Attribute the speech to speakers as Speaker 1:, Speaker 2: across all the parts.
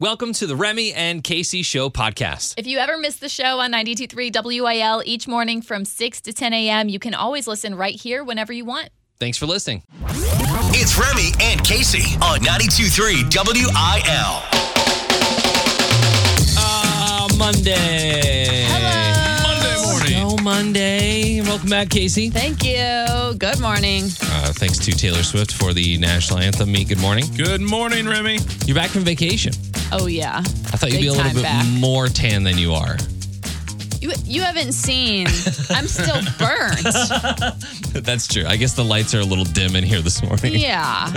Speaker 1: Welcome to the Remy and Casey Show podcast.
Speaker 2: If you ever miss the show on 92.3 WIL each morning from 6 to 10 a.m., you can always listen right here whenever you want.
Speaker 1: Thanks for listening.
Speaker 3: It's Remy and Casey on 92.3 WIL.
Speaker 1: Uh, Monday.
Speaker 2: Hello.
Speaker 4: Monday morning.
Speaker 1: Hello, Monday. Welcome back, Casey.
Speaker 2: Thank you. Good morning.
Speaker 1: Uh, thanks to Taylor Swift for the national anthem. Me, good morning.
Speaker 4: Good morning, Remy.
Speaker 1: You're back from vacation.
Speaker 2: Oh, yeah.
Speaker 1: I thought you'd
Speaker 2: Big
Speaker 1: be a little
Speaker 2: time
Speaker 1: bit
Speaker 2: back.
Speaker 1: more tan than you are.
Speaker 2: You, you haven't seen. I'm still burnt.
Speaker 1: That's true. I guess the lights are a little dim in here this morning.
Speaker 2: yeah.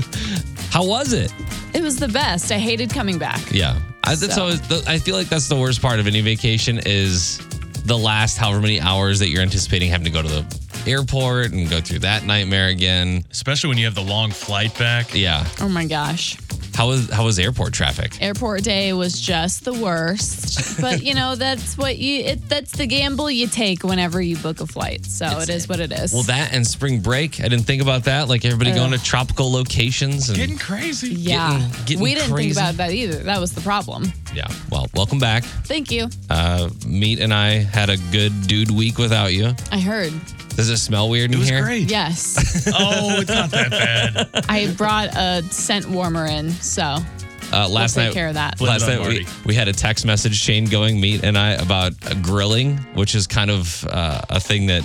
Speaker 1: How was it?
Speaker 2: It was the best. I hated coming back.
Speaker 1: Yeah. I, that's
Speaker 2: So-
Speaker 1: always, the, I feel like that's the worst part of any vacation is the last however many hours that you're anticipating having to go to the airport and go through that nightmare again.
Speaker 4: Especially when you have the long flight back.
Speaker 1: Yeah.
Speaker 2: Oh, my gosh.
Speaker 1: How was how was airport traffic?
Speaker 2: Airport day was just the worst. But, you know, that's what you, it, that's the gamble you take whenever you book a flight. So it is what it is.
Speaker 1: Well, that and spring break. I didn't think about that. Like everybody going to tropical locations and
Speaker 4: Getting crazy.
Speaker 2: Yeah.
Speaker 1: Getting- getting
Speaker 2: we didn't
Speaker 1: crazy.
Speaker 2: think about that either. That was the problem.
Speaker 1: yeah. Well, welcome back.
Speaker 2: Thank you.
Speaker 1: Uh, Meat and I had a good dude week without you.
Speaker 2: I heard.
Speaker 1: Does it smell weird
Speaker 4: It
Speaker 1: in
Speaker 4: was
Speaker 1: here?
Speaker 4: great.
Speaker 2: Yes.
Speaker 4: Oh, it's not that bad.
Speaker 2: I brought a scent warmer in, so
Speaker 1: Uh, last
Speaker 2: take
Speaker 1: night,
Speaker 2: care of that.
Speaker 4: Blame it
Speaker 1: last
Speaker 4: on
Speaker 1: night we,
Speaker 4: Marty.
Speaker 1: we had a text message chain going, Meat and I, about uh, grilling, which is kind of uh, a thing that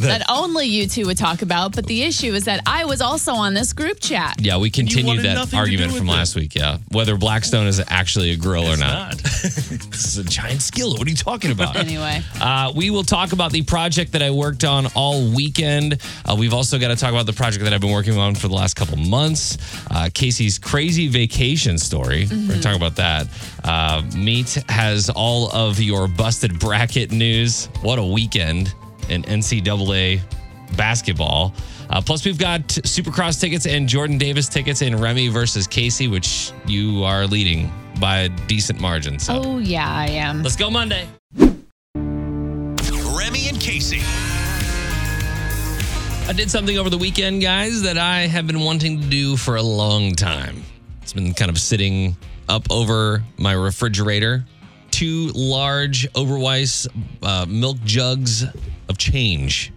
Speaker 2: that only you two would talk about. But the issue is that I was also on this group chat.
Speaker 1: yeah we continued
Speaker 4: wanted
Speaker 1: that
Speaker 4: nothing to
Speaker 1: argument
Speaker 4: do with
Speaker 1: from
Speaker 4: it.
Speaker 1: last week. Yeah, whether Blackstone is actually a grill or
Speaker 4: It's
Speaker 1: not. This is a giant skill. What are you talking about?
Speaker 2: Anyway.
Speaker 1: Uh, we will talk about the project that I worked on all weekend. Uh, we've also got to talk about the project that I've been working on for the last couple months. Uh, Casey's crazy vacation story. We're going to talk about that. Uh, Meat has all of your busted bracket news. What a weekend in NCAA basketball. Uh, plus, we've got Supercross tickets and Jordan Davis tickets in Remy versus Casey, which you are leading by a decent margin. So
Speaker 2: Oh yeah, I am.
Speaker 1: let's go Monday.
Speaker 3: Remy and Casey.
Speaker 1: I did something over the weekend, guys, that I have been wanting to do for a long time. It's been kind of sitting up over my refrigerator. Two large Oberweis uh, milk jugs of change.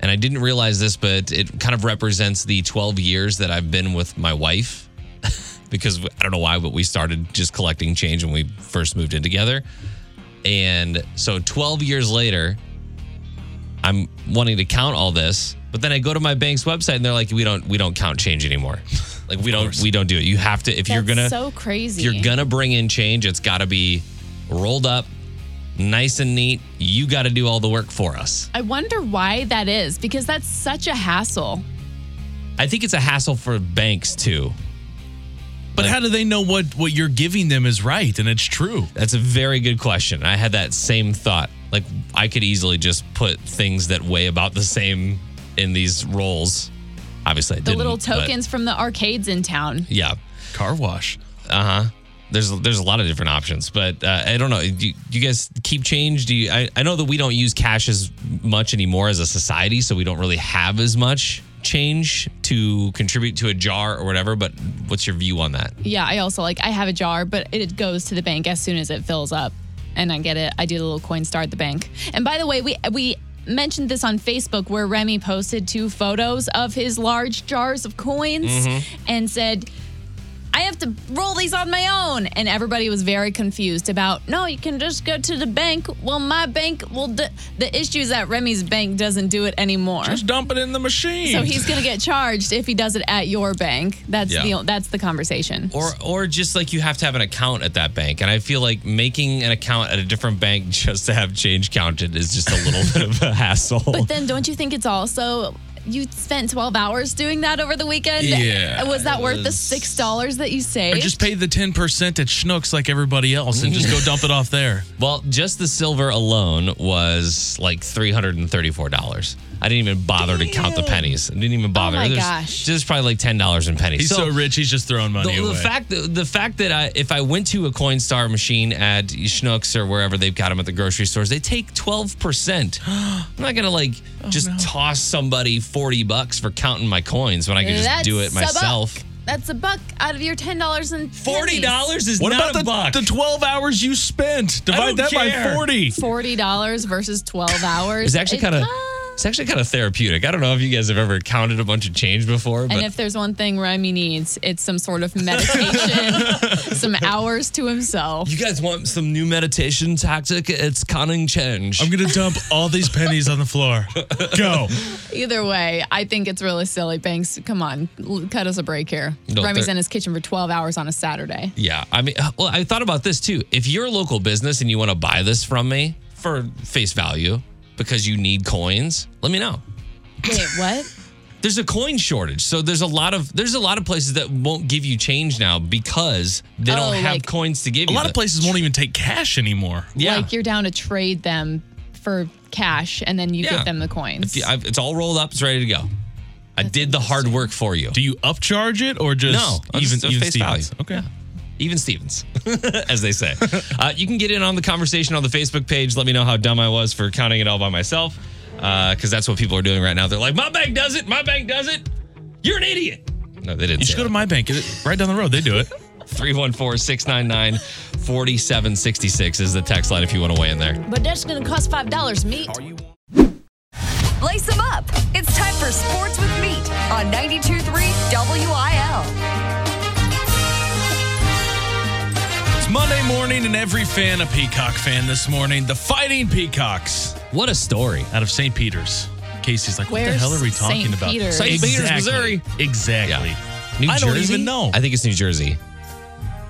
Speaker 1: And I didn't realize this, but it kind of represents the 12 years that I've been with my wife. because I don't know why, but we started just collecting change when we first moved in together. And so 12 years later, I'm wanting to count all this, but then I go to my bank's website and they're like, we don't we don't count change anymore. Like we don't we don't do it. You have to if you're gonna
Speaker 2: That's so crazy.
Speaker 1: if you're gonna bring in change, it's gotta be rolled up, nice and neat. You gotta do all the work for us.
Speaker 2: I wonder why that is because that's such a hassle.
Speaker 1: I think it's a hassle for banks too.
Speaker 4: But how do they know what, what you're giving them is right and it's true?
Speaker 1: That's a very good question. I had that same thought. Like I could easily just put things that weigh about the same in these rolls. Obviously, I
Speaker 2: The
Speaker 1: didn't,
Speaker 2: little
Speaker 1: but-
Speaker 2: tokens from the arcades in town.
Speaker 1: yeah,
Speaker 4: Car wash.
Speaker 1: uh huh. There's there's a lot of different options, but uh, I don't know. Do you, do you guys keep change? Do you? I, I know that we don't use cash as much anymore as a society, so we don't really have as much change to contribute to a jar or whatever. But what's your view on that?
Speaker 2: Yeah, I also like I have a jar, but it goes to the bank as soon as it fills up, and I get it. I do the little coin star at the bank. And by the way, we we mentioned this on Facebook where Remy posted two photos of his large jars of coins and said. I have to roll these on my own. And everybody was very confused about, no, you can just go to the bank. Well, my bank will. D-. The issue is that Remy's bank doesn't do it anymore.
Speaker 4: Just dump it in the machine.
Speaker 2: so he's going to get charged if he does it at your bank. That's,
Speaker 1: Yeah.
Speaker 2: the, that's the conversation.
Speaker 1: Or or just like you have to have an account at that bank, and I feel like making an account at a different bank just to have change counted is just a little bit of a hassle.
Speaker 2: But then don't you think it's also you spent 12 hours doing that over the weekend?
Speaker 4: Yeah,
Speaker 2: Was that
Speaker 4: it
Speaker 2: worth the
Speaker 4: was-
Speaker 2: $6 that you
Speaker 4: or
Speaker 2: saved?
Speaker 4: just pay the 10% at Schnucks like everybody else and just go dump it off there.
Speaker 1: Well, just the silver alone was like three hundred and thirty-four dollars. I didn't even bother to count the pennies. I didn't even bother.
Speaker 2: Oh my
Speaker 1: There's
Speaker 2: gosh.
Speaker 1: just probably like ten dollars in pennies.
Speaker 4: He's so, rich, he's just throwing money
Speaker 1: the, the
Speaker 4: away.
Speaker 1: fact that the fact that I, if I went to a Coinstar machine at Schnucks or wherever they've got them at the grocery stores, they take twelve percent. I'm not gonna like
Speaker 4: Oh,
Speaker 1: just toss somebody forty bucks for counting my coins when I could just
Speaker 2: That's
Speaker 1: do it
Speaker 2: a buck.
Speaker 1: myself.
Speaker 5: That's a buck out of your ten dollars and
Speaker 1: Forty dollars is
Speaker 4: What
Speaker 1: not
Speaker 4: about
Speaker 1: a buck.
Speaker 4: the, the 12 hours you spent?
Speaker 1: don't
Speaker 4: Divide that
Speaker 1: care.
Speaker 4: by 40.
Speaker 5: Forty dollars versus twelve hours.
Speaker 1: It's actually kind of
Speaker 5: uh,
Speaker 1: it's actually kind of therapeutic. I don't know if you guys have ever counted a bunch of change before, but
Speaker 5: And if there's one thing Remy needs, it's some sort of meditation, some hours to himself.
Speaker 1: you guys want some new meditation tactic? It's counting change.
Speaker 4: I'm going to dump all these pennies on the floor. Go.
Speaker 5: Either way, I think it's really silly. Banks, come on, l- cut us a break here.
Speaker 1: No,
Speaker 5: Remy's
Speaker 1: they're-
Speaker 5: in his kitchen for 12 hours on a Saturday.
Speaker 1: yeah, I mean, uh, well, I thought about this too. If you're a local business and you want to buy this from me for face value because you need coins, let me know.
Speaker 5: Wait, what?
Speaker 1: there's a coin shortage. So there's a lot of there's a lot of places that won't give you change now because they
Speaker 5: Oh,
Speaker 1: don't have
Speaker 5: like-
Speaker 1: coins to give
Speaker 4: A
Speaker 1: you.
Speaker 4: lot of places won't even take cash anymore.
Speaker 1: Yeah.
Speaker 5: Like you're down to trade them for cash and then you
Speaker 1: Yeah.
Speaker 5: give them the coins.
Speaker 1: Yeah, I've- it's all rolled up. It's ready to go. I did the hard work for you.
Speaker 4: Do you upcharge it or just
Speaker 1: No, I'll
Speaker 4: even,
Speaker 1: just- uh,
Speaker 4: even
Speaker 1: face
Speaker 4: Stevens?
Speaker 1: value.
Speaker 4: Okay.
Speaker 1: Even Stevens, as they say. uh, you can get in on the conversation on the Facebook page. Let me know how dumb I was for counting it all by myself, because that's what people are doing right now. They're like, "My bank does it. My bank does it. You're an idiot." No, they didn't.
Speaker 4: You
Speaker 1: say
Speaker 4: should go
Speaker 1: that.
Speaker 4: to my bank. It- Right down the road, they do it.
Speaker 1: 314 699 4766 is the text line if you want to weigh in there.
Speaker 5: but that's going to cost $5 meat.
Speaker 6: Lace them up. It's time for Sports with Meat on 92.3 WIL.
Speaker 4: It's Monday morning, and every fan a Peacock fan this morning. The Fighting Peacocks
Speaker 1: What a story.
Speaker 4: out of St. Peter's. Casey's like, what the
Speaker 5: Where's
Speaker 4: hell are we
Speaker 5: St.
Speaker 4: talking about?
Speaker 5: Peter's? St.
Speaker 1: Peter's,
Speaker 4: Exactly.
Speaker 1: Missouri.
Speaker 4: Exactly.
Speaker 1: New
Speaker 4: I don't even know.
Speaker 1: I think it's New Jersey.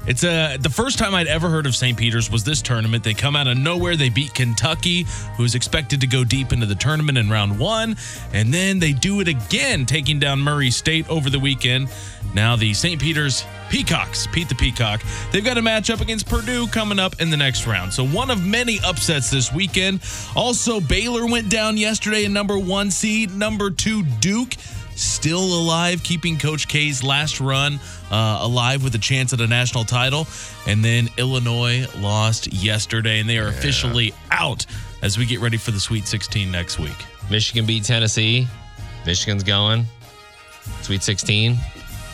Speaker 4: It's uh the first time I'd ever heard of St. Peter's was this tournament. They come out of nowhere. They beat Kentucky, who's expected to go deep into the tournament in round one, and then they do it again, taking down Murray State over the weekend. Now the St. Peter's Peacocks, Pete the Peacock, they've got a matchup against Purdue coming up in the next round. So one of many upsets this weekend. Also, Baylor went down yesterday in number one seed, number two Duke still alive, keeping Coach K's last run uh, alive with a chance at a national title. And then Illinois lost yesterday, and they are officially out as we get ready for the Sweet 16 next week.
Speaker 1: Michigan beat Tennessee. Michigan's going. Sweet 16.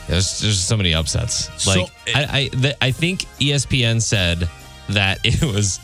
Speaker 1: There's, there's so many upsets.
Speaker 4: So-
Speaker 1: Like, I, I, th- I think E ESPN said that it was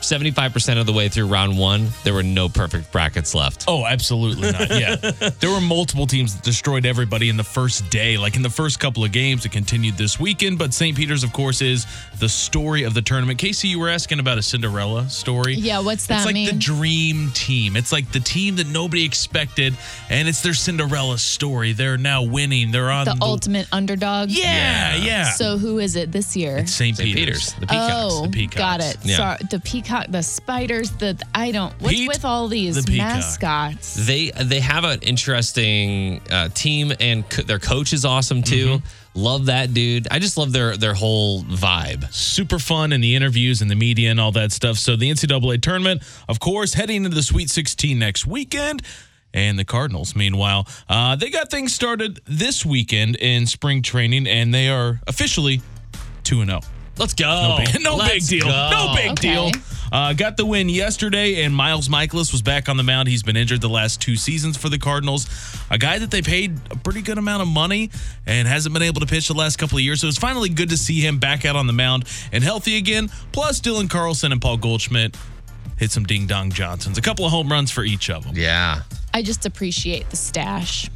Speaker 1: 75% of the way through round one. There were no perfect brackets left.
Speaker 4: Oh, absolutely not. Yeah. there were multiple teams that destroyed everybody in the first day, like in the first couple of games. It continued this weekend, but St. Peter's, of course, is the story of the tournament. Casey, you were asking about a Cinderella story.
Speaker 5: Yeah, what's that
Speaker 4: It's like the
Speaker 5: mean?
Speaker 4: dream team. It's like the team that nobody expected, and it's their Cinderella story. They're now winning. They're on
Speaker 5: The ultimate underdog.
Speaker 4: Yeah, yeah.
Speaker 5: So who is it this year?
Speaker 4: St.
Speaker 1: St.
Speaker 4: Peter's.
Speaker 1: Peter's. The Peacocks.
Speaker 5: Oh,
Speaker 4: the peacocks.
Speaker 5: got it.
Speaker 1: Yeah.
Speaker 5: Sorry, the peacock, the spiders, the I don't. What's
Speaker 4: Pete
Speaker 5: with all these
Speaker 4: the peacock.
Speaker 5: mascots?
Speaker 1: They they have an interesting uh, team, and co- their coach is awesome too. Love that dude. I just love their their whole vibe.
Speaker 4: super fun in the interviews and the media and all that stuff. So the NCAA tournament, of course, heading into the Sweet 16 next weekend. And the Cardinals, meanwhile, uh, they got things started this weekend in spring training, and they are officially 2 0.
Speaker 1: Let's go.
Speaker 4: No big, no big
Speaker 1: Let's
Speaker 4: deal.
Speaker 1: go.
Speaker 4: No big
Speaker 5: Okay.
Speaker 4: deal. Uh, got the win yesterday, and Miles Michaelis was back on the mound. He's been injured the last two seasons for the Cardinals. A guy that they paid a pretty good amount of money and hasn't been able to pitch the last couple of years. So it's finally good to see him back out on the mound and healthy again. Plus, Dylan Carlson and Paul Goldschmidt hit some ding dong Johnsons. A couple of home runs for each of them.
Speaker 1: Yeah.
Speaker 5: I just appreciate the stash.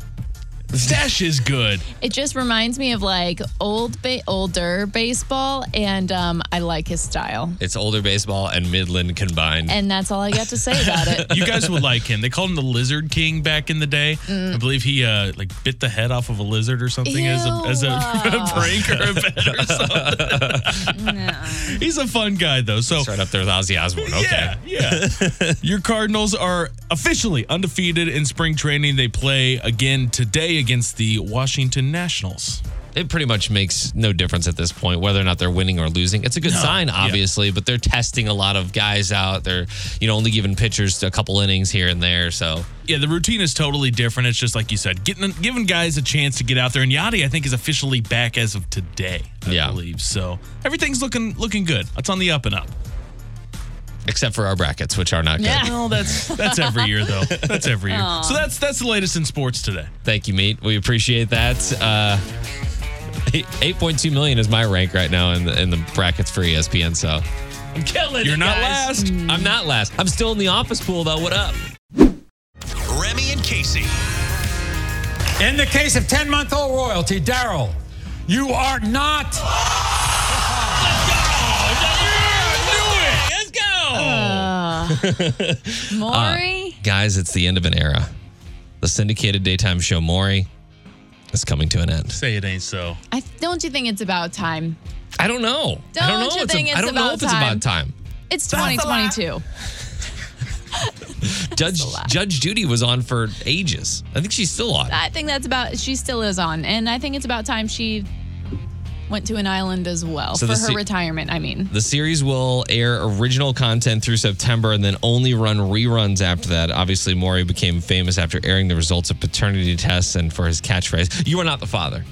Speaker 4: The stash is good.
Speaker 5: It just reminds me of like old, ba- older baseball, and um, I like his style.
Speaker 1: It's older baseball and Midland combined.
Speaker 5: And that's all I got to say about it.
Speaker 4: You guys would like him. They called him the Lizard King back in the day.
Speaker 5: Mm.
Speaker 4: I believe he uh, like bit the head off of a lizard or something as a as a
Speaker 5: Ew.
Speaker 4: prank or a bet or something. He's a fun guy though. So
Speaker 1: Start up there with Ozzy Osbourne. Okay.
Speaker 4: yeah, yeah. Your Cardinals are officially undefeated in spring training. They play again today against the Washington Nationals.
Speaker 1: It pretty much makes no difference at this point whether or not they're winning or losing. It's a good sign, obviously, but they're testing a lot of guys out. They're, you know, only giving pitchers a couple innings here and there. So
Speaker 4: Yeah, the routine is totally different. It's just like you said, getting giving guys a chance to get out there. And Yachty, I think, is officially back as of today. I
Speaker 1: Yeah.
Speaker 4: believe so. Everything's looking looking good. It's on the up and up.
Speaker 1: except for our brackets, which are not good.
Speaker 5: Yeah.
Speaker 4: Well, that's that's every year though. That's every year. So that's that's the latest in sports today.
Speaker 1: Thank you, Meat. We appreciate that. Uh, 8.2 million is my rank right now in the in the brackets for E ESPN. So I'm killing.
Speaker 4: You're
Speaker 1: it,
Speaker 4: not
Speaker 1: guys.
Speaker 4: last.
Speaker 1: I'm not last. I'm still in the office pool though. What up?
Speaker 3: Remy and Casey.
Speaker 7: In the case of 10 month old royalty, Daryl, you are not.
Speaker 1: Let's go.
Speaker 5: Maury?
Speaker 1: Guys, it's the end of an era. The syndicated daytime show Maury is coming to an end.
Speaker 4: Say it ain't so.
Speaker 5: I don't you think it's about time?
Speaker 1: I don't know. I don't
Speaker 5: Don't
Speaker 1: know.
Speaker 5: you
Speaker 1: It's
Speaker 5: think
Speaker 1: a,
Speaker 5: it's
Speaker 1: I don't know
Speaker 5: about
Speaker 1: if it's about time.
Speaker 5: It's 2022.
Speaker 1: Judge Judge Judy was on for ages. I think she's still on.
Speaker 5: I think that's about. She still is on, and I think it's about time she went to an island as well
Speaker 1: So
Speaker 5: for her
Speaker 1: the se-
Speaker 5: retirement. I mean,
Speaker 1: The series will air original content through September and then only run reruns after that. Obviously, Maury became famous after airing the results of paternity tests and for his catchphrase, You are not the father.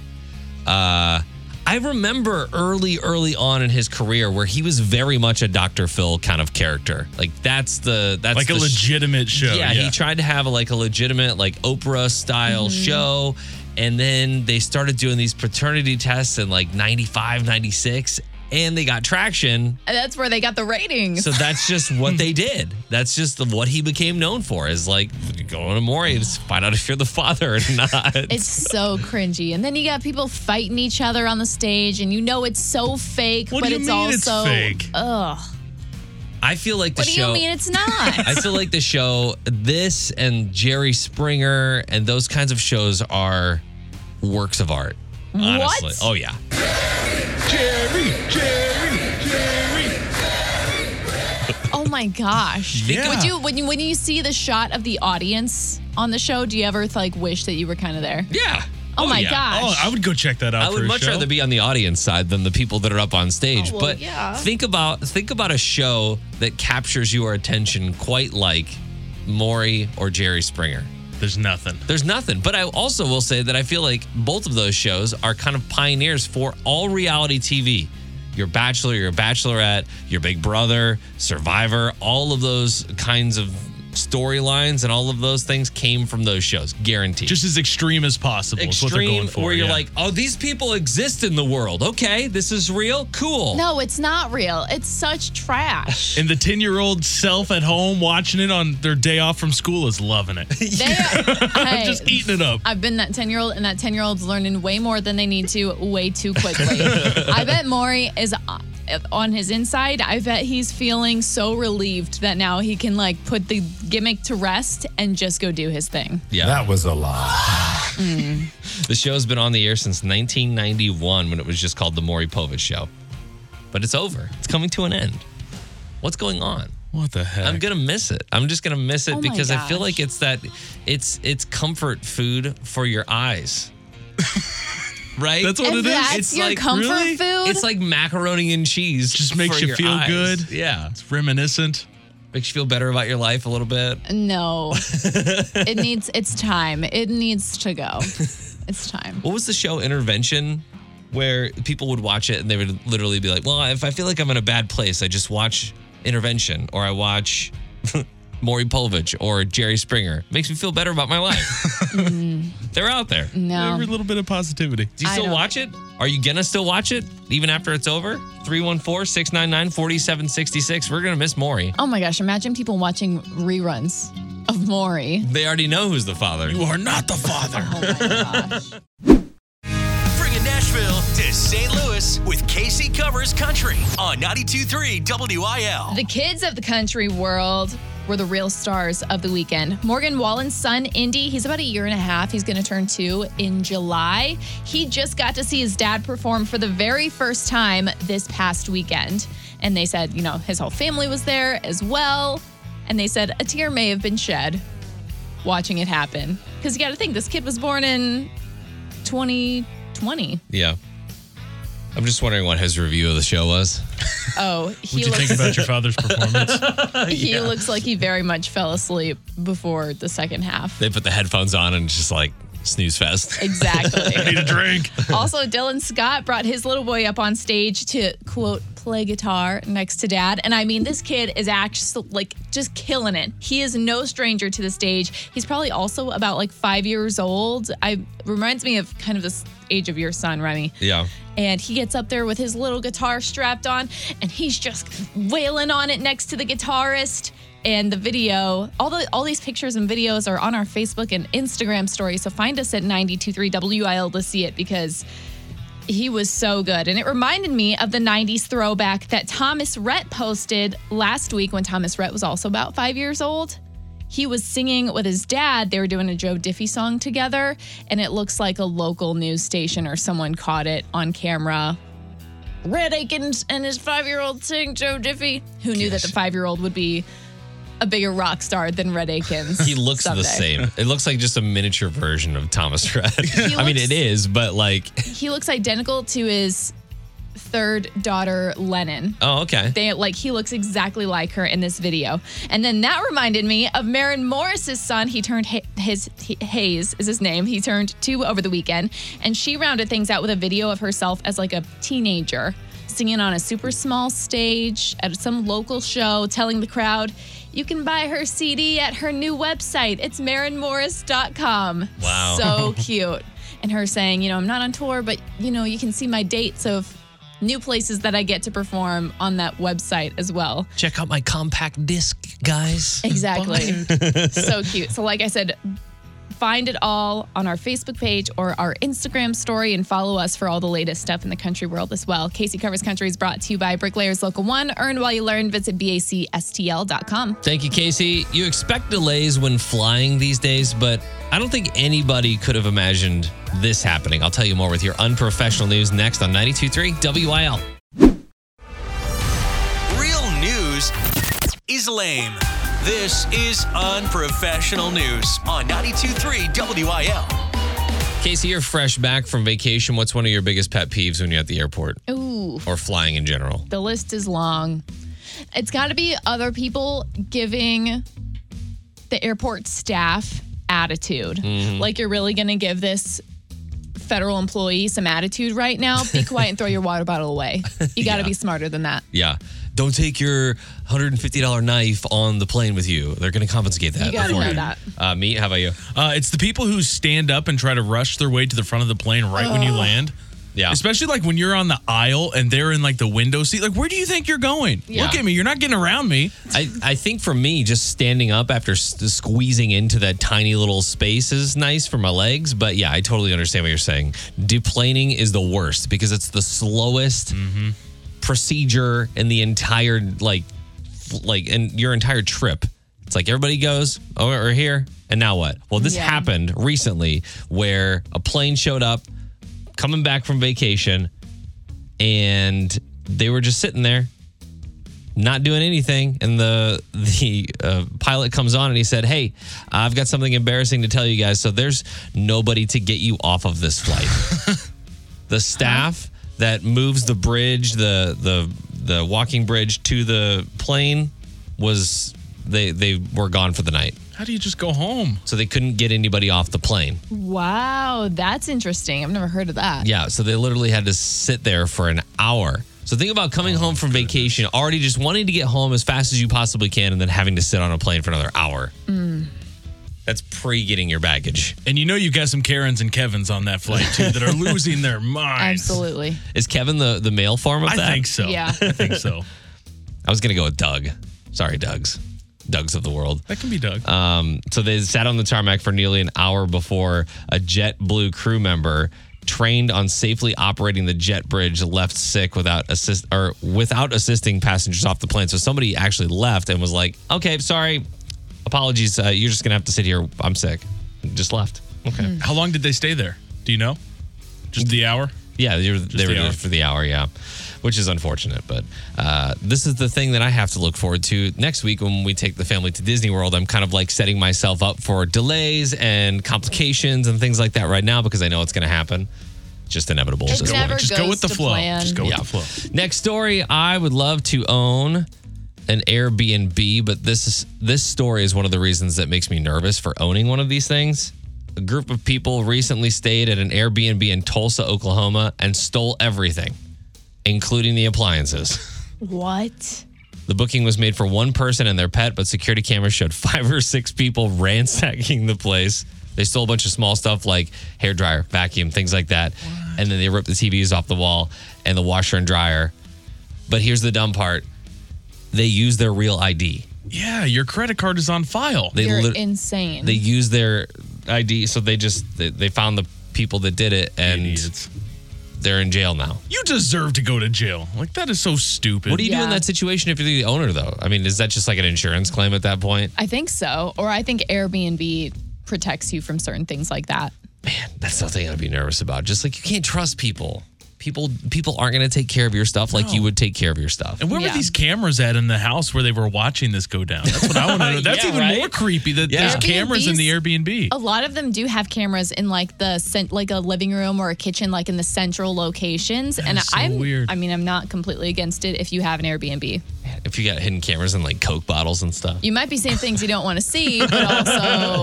Speaker 1: Uh, I remember early, early on in his career where he was very much a Dr. Phil kind of character. Like, that's the. that's
Speaker 4: Like a oh,
Speaker 1: the sh-
Speaker 4: legitimate show.
Speaker 1: yeah, he tried to have a, like a legitimate like Oprah style show and then they started doing these paternity tests in like 95, 96 and they got traction.
Speaker 5: that's where they got the ratings.
Speaker 1: So that's just what they did. That's just the, what he became known for is like going to Maury to find out if you're the father or not.
Speaker 5: it's so cringy, and then you got people fighting each other on the stage, and you know it's so fake,
Speaker 4: What
Speaker 5: but
Speaker 4: do you
Speaker 5: it's
Speaker 4: mean it's
Speaker 5: also
Speaker 4: fake?
Speaker 5: ugh.
Speaker 1: I feel like the
Speaker 5: What do
Speaker 1: show
Speaker 5: you mean it's not?
Speaker 1: I feel like the show, this and Jerry Springer and those kinds of shows are works of art. Honestly.
Speaker 5: What?
Speaker 1: Oh, yeah.
Speaker 4: Jerry, Jerry, Jerry.
Speaker 5: oh my gosh!
Speaker 4: Yeah.
Speaker 5: Would you when you when you see the shot of the audience on the show? Do you ever like wish that you were kind of there?
Speaker 1: Yeah.
Speaker 5: Oh, my
Speaker 4: yeah.
Speaker 5: gosh!
Speaker 4: Oh, I would go check that out.
Speaker 1: I
Speaker 4: for
Speaker 1: would
Speaker 4: a
Speaker 1: much
Speaker 4: show.
Speaker 1: rather be on the audience side than the people that are up on stage.
Speaker 5: Oh, well,
Speaker 1: but
Speaker 5: yeah.
Speaker 1: think about think about a show that captures your attention quite like Maury or Jerry Springer.
Speaker 4: There's nothing.
Speaker 1: There's nothing. But I also will say that I feel like both of those shows are kind of pioneers for all reality TV. Your Bachelor, Your Bachelorette, Your Big Brother, Survivor, all of those kinds of storylines and all of those things came from those shows, guaranteed
Speaker 4: Just as extreme as possible. is what they're
Speaker 1: extreme
Speaker 4: going for,
Speaker 1: where you're
Speaker 4: yeah.
Speaker 1: like, oh, these people exist in the world. Okay, this is real. Cool.
Speaker 5: No, it's not real. It's such trash.
Speaker 4: and the 10 year old self at home watching it on their day off from school is loving it.
Speaker 5: They are, hey,
Speaker 4: Just eating it up.
Speaker 5: I've been that 10 year old, and that 10 year old's learning way more than they need to, way too quickly. I bet Maury is uh, on his inside. I bet he's feeling so relieved that now he can like put the gimmick to rest and just go do his thing.
Speaker 1: yeah.
Speaker 7: was a lie.
Speaker 1: the show's been on the air since 1991 when it was just called The Maury Povich Show. But it's over. It's coming to an end. What's going on?
Speaker 4: What the heck?
Speaker 1: I'm gonna miss it. I'm just gonna miss it
Speaker 5: Oh my
Speaker 1: because I feel
Speaker 5: gosh.
Speaker 1: like it's that it's it's comfort food for your eyes. right?
Speaker 4: That's what
Speaker 5: If
Speaker 4: it is.
Speaker 5: that's
Speaker 1: It's
Speaker 5: your
Speaker 1: like,
Speaker 5: comfort
Speaker 4: really?
Speaker 5: food.
Speaker 1: It's like macaroni and cheese.
Speaker 4: Just makes
Speaker 1: for
Speaker 4: you
Speaker 1: your
Speaker 4: feel
Speaker 1: eyes.
Speaker 4: good.
Speaker 1: Yeah.
Speaker 4: It's reminiscent.
Speaker 1: Makes you feel better about your life a little bit.
Speaker 5: no, it needs, it's time. It needs to go. It's time.
Speaker 1: what was the show intervention where people would watch it and they would literally be like well if i feel like i'm in a bad place i just watch intervention or i watch Maury Povich or Jerry Springer makes me feel better about my life.
Speaker 5: Mm.
Speaker 1: They're out there. Do
Speaker 5: No.
Speaker 4: Every little bit of positivity.
Speaker 1: you
Speaker 5: I
Speaker 1: still
Speaker 5: don't-
Speaker 1: watch it? Are you going to still watch it even after it's over? 314 699 4766. We're going to miss Maury.
Speaker 5: Oh my gosh, imagine people watching reruns of Maury.
Speaker 1: They already know who's the father.
Speaker 4: You are not the father.
Speaker 5: Oh my gosh.
Speaker 3: Bringing Nashville to St. Louis with Casey Covers Country on 92.3 WIL.
Speaker 5: The kids of the country world were the real stars of the weekend. Morgan Wallen's son, Indy, he's about a year and a half. He's going to turn two in July. He just got to see his dad perform for the very first time this past weekend. And they said, you know, his whole family was there as well. And they said a tear may have been shed watching it happen. Because you got to think, this kid was born in 2020.
Speaker 1: Yeah. I'm just wondering what his review of the show was.
Speaker 5: Oh, he
Speaker 4: What'd you think
Speaker 5: looks
Speaker 4: about your father's performance?
Speaker 5: he looks like he very much fell asleep before the second half.
Speaker 1: They put the headphones on and just like Snooze fest.
Speaker 5: Exactly.
Speaker 4: Need a drink.
Speaker 5: also, Dylan Scott brought his little boy up on stage to quote play guitar next to dad. And I mean, this kid is actually like just killing it. He is no stranger to the stage. He's probably also about like five years old. I reminds me of kind of this age of your son, Remy.
Speaker 1: Yeah.
Speaker 5: And he gets up there with his little guitar strapped on and he's just wailing on it next to the guitarist. And the video, all the all these pictures and videos are on our Facebook and Instagram story. So find us at 923 WIL to see it because he was so good. And it reminded me of the 90s throwback that Thomas Rhett posted last week when Thomas Rhett was also about five years old. He was singing with his dad. They were doing a Joe Diffie song together. And it looks like a local news station or someone caught it on camera. Red Akins and his five year old sing Joe Diffie. Who knew that the five year old would be a bigger rock star than Red Akins?
Speaker 1: He looks
Speaker 5: someday.
Speaker 1: the same. It looks like just a miniature version of Thomas Rhett. I mean,
Speaker 5: looks-
Speaker 1: it is, but like,
Speaker 5: He looks identical to his third daughter, Lennon.
Speaker 1: oh, okay.
Speaker 5: they like he looks exactly like her in this video. And then that reminded me of Marin Morris's son. He turned Ha- his he, Hayes is his name. He turned two over the weekend, and she rounded things out with a video of herself as like a teenager singing on a super small stage at some local show, telling the crowd. You can buy her CD at her new website. It's marinmorris.com.
Speaker 1: Wow.
Speaker 5: So cute. And her saying, you know, I'm not on tour, but, you know, you can see my dates of new places that I get to perform on that website as well.
Speaker 1: Check out my compact disc, guys.
Speaker 5: Exactly. so cute. So, like I said, find it all on our Facebook page or our Instagram story and follow us for all the latest stuff in the country world as well. Casey Covers Country is brought to you by Bricklayers Local 1. Earn while you learn. Visit bacstl.com.
Speaker 1: Thank you, Casey. You expect delays when flying these days, but I don't think anybody could have imagined this happening. I'll tell you more with your unprofessional news next on 92.3 WIL.
Speaker 3: Real news is lame. This is unprofessional news on 92.3 WIL.
Speaker 1: Casey, you're fresh back from vacation. What's one of your biggest pet peeves when you're at the airport
Speaker 5: Ooh.
Speaker 1: or flying in general?
Speaker 5: The list is long. It's got to be other people giving the airport staff attitude.
Speaker 1: Mm-hmm.
Speaker 5: Like you're really going to give this federal employee some attitude right now. Be quiet and throw your water bottle away. You got to be smarter than that.
Speaker 1: Yeah. Don't take your $150 knife on the plane with you. They're going to compensate that.
Speaker 5: You gotta
Speaker 1: before
Speaker 5: know that.
Speaker 1: Uh, me, how about you?
Speaker 4: Uh, it's the people who stand up and try to rush their way to the front of the plane right when you land.
Speaker 1: Yeah.
Speaker 4: Especially like when you're on the aisle and they're in like the window seat. Like, where do you think you're going?
Speaker 5: Yeah.
Speaker 4: Look at me. You're not getting around me.
Speaker 1: I, I think for me, just standing up after s- squeezing into that tiny little space is nice for my legs. But yeah, I totally understand what you're saying. Deplaning is the worst because it's the slowest procedure in the entire like f- like in your entire trip. It's like everybody goes, oh, we're here, and now what? Well, this
Speaker 5: Yeah.
Speaker 1: happened recently where a plane showed up coming back from vacation, and they were just sitting there not doing anything and the the uh, pilot comes on and he said hey i've got something embarrassing to tell you guys so there's nobody to get you off of this flight the staff that moves the bridge the the the walking bridge to the plane was they they were gone for the night
Speaker 4: How do you just go home?
Speaker 1: so they couldn't get anybody off the plane
Speaker 5: Wow, that's interesting. I've never heard of that.
Speaker 1: Yeah, so they literally had to sit there for an hour. So think about coming
Speaker 4: Oh
Speaker 1: home from vacation, already just wanting to get home as fast as you possibly can, and then having to sit on a plane for another hour.
Speaker 4: Mm.
Speaker 1: That's pre getting your baggage.
Speaker 4: And you know you've got some Karens and Kevins on that flight too that are losing their minds.
Speaker 5: Absolutely.
Speaker 1: Is Kevin the, the male form of
Speaker 4: I
Speaker 1: that?
Speaker 4: think so.
Speaker 5: Yeah.
Speaker 4: I think so.
Speaker 1: I was gonna go with Doug. Sorry, Doug's. Doug's of the world.
Speaker 4: That can be Doug.
Speaker 1: Um, so they sat on the tarmac for nearly an hour before a JetBlue crew member trained on safely operating the jet bridge left sick without assist or without assisting passengers off the plane. So somebody actually left and was like, "Okay, sorry, apologies. Uh, you're just gonna have to sit here. I'm sick." Just left. Okay.
Speaker 4: How long did they stay there? Do you know? Just the hour?
Speaker 1: Yeah, they were, they
Speaker 4: the
Speaker 1: were
Speaker 4: hour.
Speaker 1: there for the hour, yeah, which is unfortunate. But uh, this is the thing that I have to look forward to next week when we take the family to Disney World. I'm kind of like setting myself up for delays and complications and things like that right now because I know it's going to happen. Just inevitable. at
Speaker 5: It
Speaker 1: this
Speaker 5: never
Speaker 1: point.
Speaker 5: goes
Speaker 4: Just go with the
Speaker 5: to
Speaker 4: flow.
Speaker 5: plan.
Speaker 4: Just go with
Speaker 1: Yeah.
Speaker 4: the flow.
Speaker 1: Next story, I would love to own an Airbnb, but this is this story is one of the reasons that makes me nervous for owning one of these things. a group of people recently stayed at an Airbnb in Tulsa, Oklahoma, and stole everything, including the appliances.
Speaker 5: What?
Speaker 1: The booking was made for one person and their pet, but security cameras showed five or six people ransacking the place. They stole a bunch of small stuff like hair dryer, vacuum, things like that. And then they ripped the TVs off the wall and the washer and dryer. But here's the dumb part they used their real ID.
Speaker 4: Yeah, your credit card is on file.
Speaker 1: They
Speaker 5: You're
Speaker 1: lit-
Speaker 5: insane.
Speaker 1: they used their ID, so they just they, they found the people that did it, and
Speaker 4: Idiots.
Speaker 1: they're in jail now.
Speaker 4: You deserve to go to jail. Like that is so stupid.
Speaker 1: What do you do
Speaker 5: Yeah.
Speaker 1: in that situation if you're the owner, though? I mean, is that just like an insurance claim at that point?
Speaker 5: I think so. Or I think Airbnb protects you from certain things like that.
Speaker 1: That's something I'd be nervous about. Just like you can't trust people. People people aren't going to take care of your stuff like you would take care of your stuff.
Speaker 4: And where were
Speaker 5: Yeah.
Speaker 4: these cameras at in the house where they were watching this go down? That's what I want to know. That's
Speaker 1: Yeah,
Speaker 4: even
Speaker 1: right?
Speaker 4: more creepy that
Speaker 1: Yeah.
Speaker 4: there's cameras in the Airbnb.
Speaker 5: A lot of them do have cameras in like the cent- like a living room or a kitchen, like in the central locations. and
Speaker 4: is so
Speaker 5: I'm
Speaker 4: weird.
Speaker 5: I mean, I'm not completely against it if you have an Airbnb.
Speaker 1: If you got hidden cameras and like Coke bottles and stuff.
Speaker 5: You might be seeing things you don't want to see, but also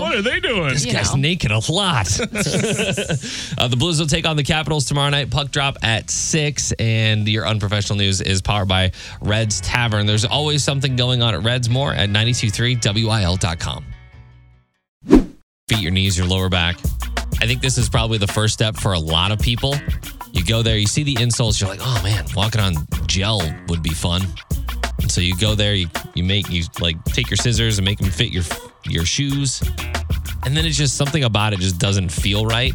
Speaker 4: What are they doing?
Speaker 1: This
Speaker 5: you
Speaker 1: guy's
Speaker 5: know.
Speaker 1: naked a lot. uh, the Blues will take on the Capitals tomorrow night. Puck drop at six. And your unprofessional news is powered by Reds Tavern. There's always something going on at Reds. More at 923wil.com. Feet, your knees, your lower back. I think this is probably the first step for a lot of people. You go there, you see the insoles, you're like, oh man, walking on gel would be fun. And so you go there, you, you make you like take your scissors and make them fit your your shoes and then it's just something about it just doesn't feel right.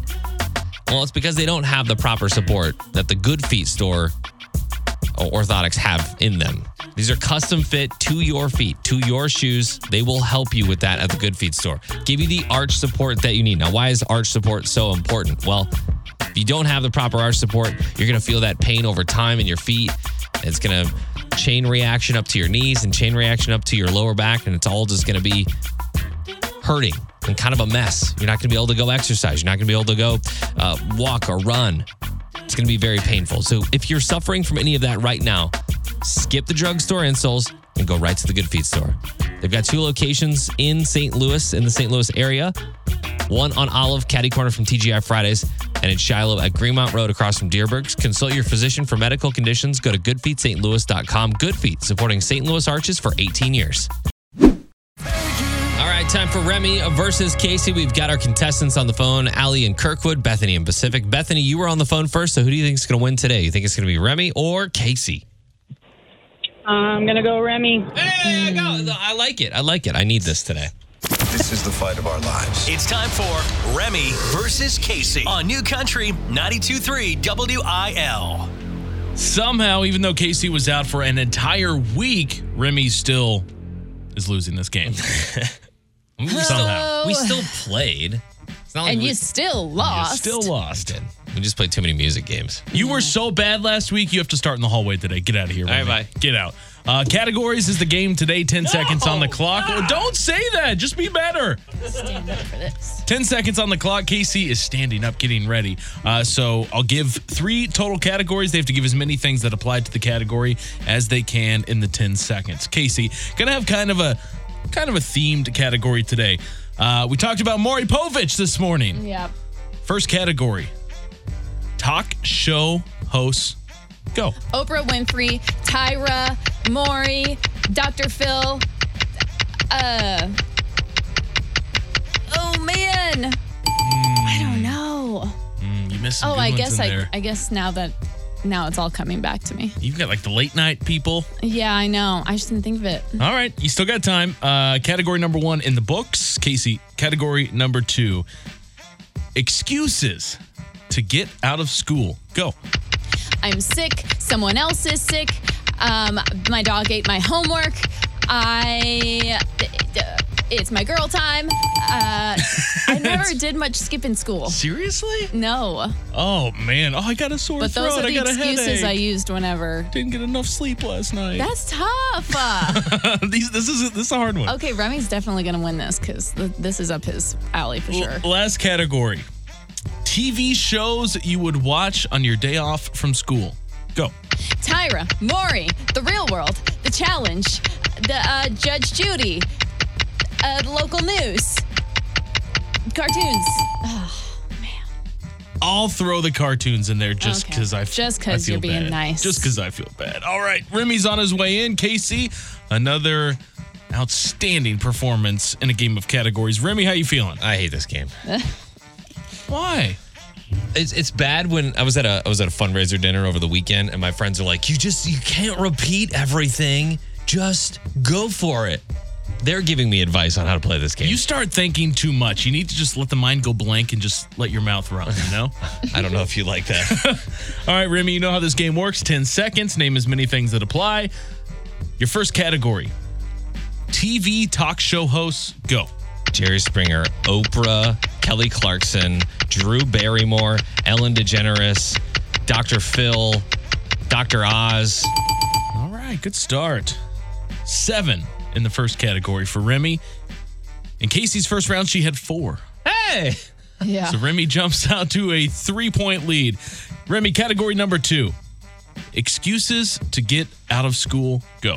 Speaker 1: Well, it's because they don't have the proper support that the Good Feet store or orthotics have in them. These are custom fit to your feet, to your shoes. They will help you with that at the Good Feet store. Give you the arch support that you need. Now, why is arch support so important? Well, if you don't have the proper arch support, you're going to feel that pain over time in your feet. It's going to chain reaction up to your knees and chain reaction up to your lower back, and it's all just going to be hurting and kind of a mess. You're not going to be able to go exercise. You're not going to be able to go uh, walk or run. It's going to be very painful. So if you're suffering from any of that right now, skip the drugstore insoles and go right to the Good Feet store. They've got two locations in St. Louis, in the St. Louis area. One on Olive, Caddy Corner from TGI Fridays, and in Shiloh at Greenmount Road across from Deerbergs. Consult your physician for medical conditions. Go to goodfeetstlouis.com. Good Feet, supporting St. Louis Arches for 18 years. All right, time for Remy versus Casey. We've got our contestants on the phone, Allie and Kirkwood, Bethany and Pacific. Bethany, you were on the phone first, so who do you think is going to win today? You think it's going to be Remy or Casey?
Speaker 8: I'm gonna go Remy.
Speaker 1: Hey, I, go. I like it. I like it. I need this today.
Speaker 9: This is the fight of our lives.
Speaker 3: It's time for Remy versus Casey on New Country 92.3 WIL.
Speaker 4: Somehow, even though Casey was out for an entire week, Remy still is losing this game.
Speaker 1: We still, we still played. It's not like
Speaker 5: and
Speaker 1: we
Speaker 5: you still lost.
Speaker 4: still lost.
Speaker 1: did. We just played too many music games.
Speaker 4: You were so bad last week, you have to start in the hallway today. Get out of here.
Speaker 1: right,
Speaker 4: Remy.
Speaker 1: bye.
Speaker 4: Get out. Uh, categories is the game today. 10 seconds on the clock. Oh, don't say that. Just be better.
Speaker 5: Stand up for this.
Speaker 4: 10 seconds on the clock. Casey is standing up, getting ready. Uh, so I'll give three total categories. They have to give as many things that apply to the category as they can in the 10 seconds. Casey, gonna have kind of a kind of a themed category today. Uh, we talked about Maury Povich this morning.
Speaker 5: Yep.
Speaker 4: First category: talk show hosts. Go.
Speaker 5: Oprah Winfrey, Tyra, Maury, Dr. Phil. Uh, oh man, I don't know.
Speaker 4: You missed. Some
Speaker 5: Oh,
Speaker 4: good
Speaker 5: I
Speaker 4: ones
Speaker 5: guess
Speaker 4: in
Speaker 5: I,
Speaker 4: there.
Speaker 5: I guess now that now it's all coming back to me.
Speaker 4: You've got like the late night people.
Speaker 5: Yeah, I know. I just didn't think of it.
Speaker 4: All right, you still got time. Uh, category number one in the books, Casey. Category number two, excuses to get out of school. Go.
Speaker 5: I'm sick. Someone else is sick. Um, my dog ate my homework. I. It's my girl time. Uh, I never did much skip in school.
Speaker 4: Seriously?
Speaker 5: No,
Speaker 4: Oh man. Oh, I got a sore
Speaker 5: but
Speaker 4: throat.
Speaker 5: those are
Speaker 4: I
Speaker 5: the
Speaker 4: got a
Speaker 5: excuses
Speaker 4: headache.
Speaker 5: I used whenever.
Speaker 4: didn't get enough sleep last night.
Speaker 5: That's tough. Uh,
Speaker 4: These, this is this is a hard one.
Speaker 5: okay, Remy's definitely gonna win this because th- this is up his alley for sure.
Speaker 4: L- last category, TV shows you would watch on your day off from school. Go.
Speaker 5: Tyra, Maury, The Real World, The Challenge, The uh, Judge Judy, uh, Local News. Cartoons.
Speaker 4: I'll throw the cartoons in there just
Speaker 5: Okay.
Speaker 4: because I f-
Speaker 5: Just
Speaker 4: I
Speaker 5: 'cause
Speaker 4: feel
Speaker 5: you're being
Speaker 4: bad.
Speaker 5: nice.
Speaker 4: Just because I feel bad. All right, Remy's on his way in. Casey, another outstanding performance in a game of categories. Remy, how you feeling?
Speaker 1: I hate this game.
Speaker 4: Why?
Speaker 1: It's, it's bad when I was at a I was at a fundraiser dinner over the weekend and my friends are like, "You just you can't repeat everything. Just go for it." They're giving me advice on how to play this game.
Speaker 4: You start thinking too much. You need to just let the mind go blank and just let your mouth run, you know?
Speaker 1: I don't know if you like that.
Speaker 4: All right, Remy, you know how this game works. 10 seconds, name as many things that apply. Your first category TV talk show hosts, go.
Speaker 1: Jerry Springer, Oprah, Kelly Clarkson, Drew Barrymore, Ellen DeGeneres, Dr. Phil, Dr. Oz.
Speaker 4: All right, good start. Seven in the first category for Remy. In Casey's first round, she had four.
Speaker 1: Hey!
Speaker 5: Yeah.
Speaker 4: So Remy jumps out to a three point lead. Remy, category number two excuses to get out of school, go.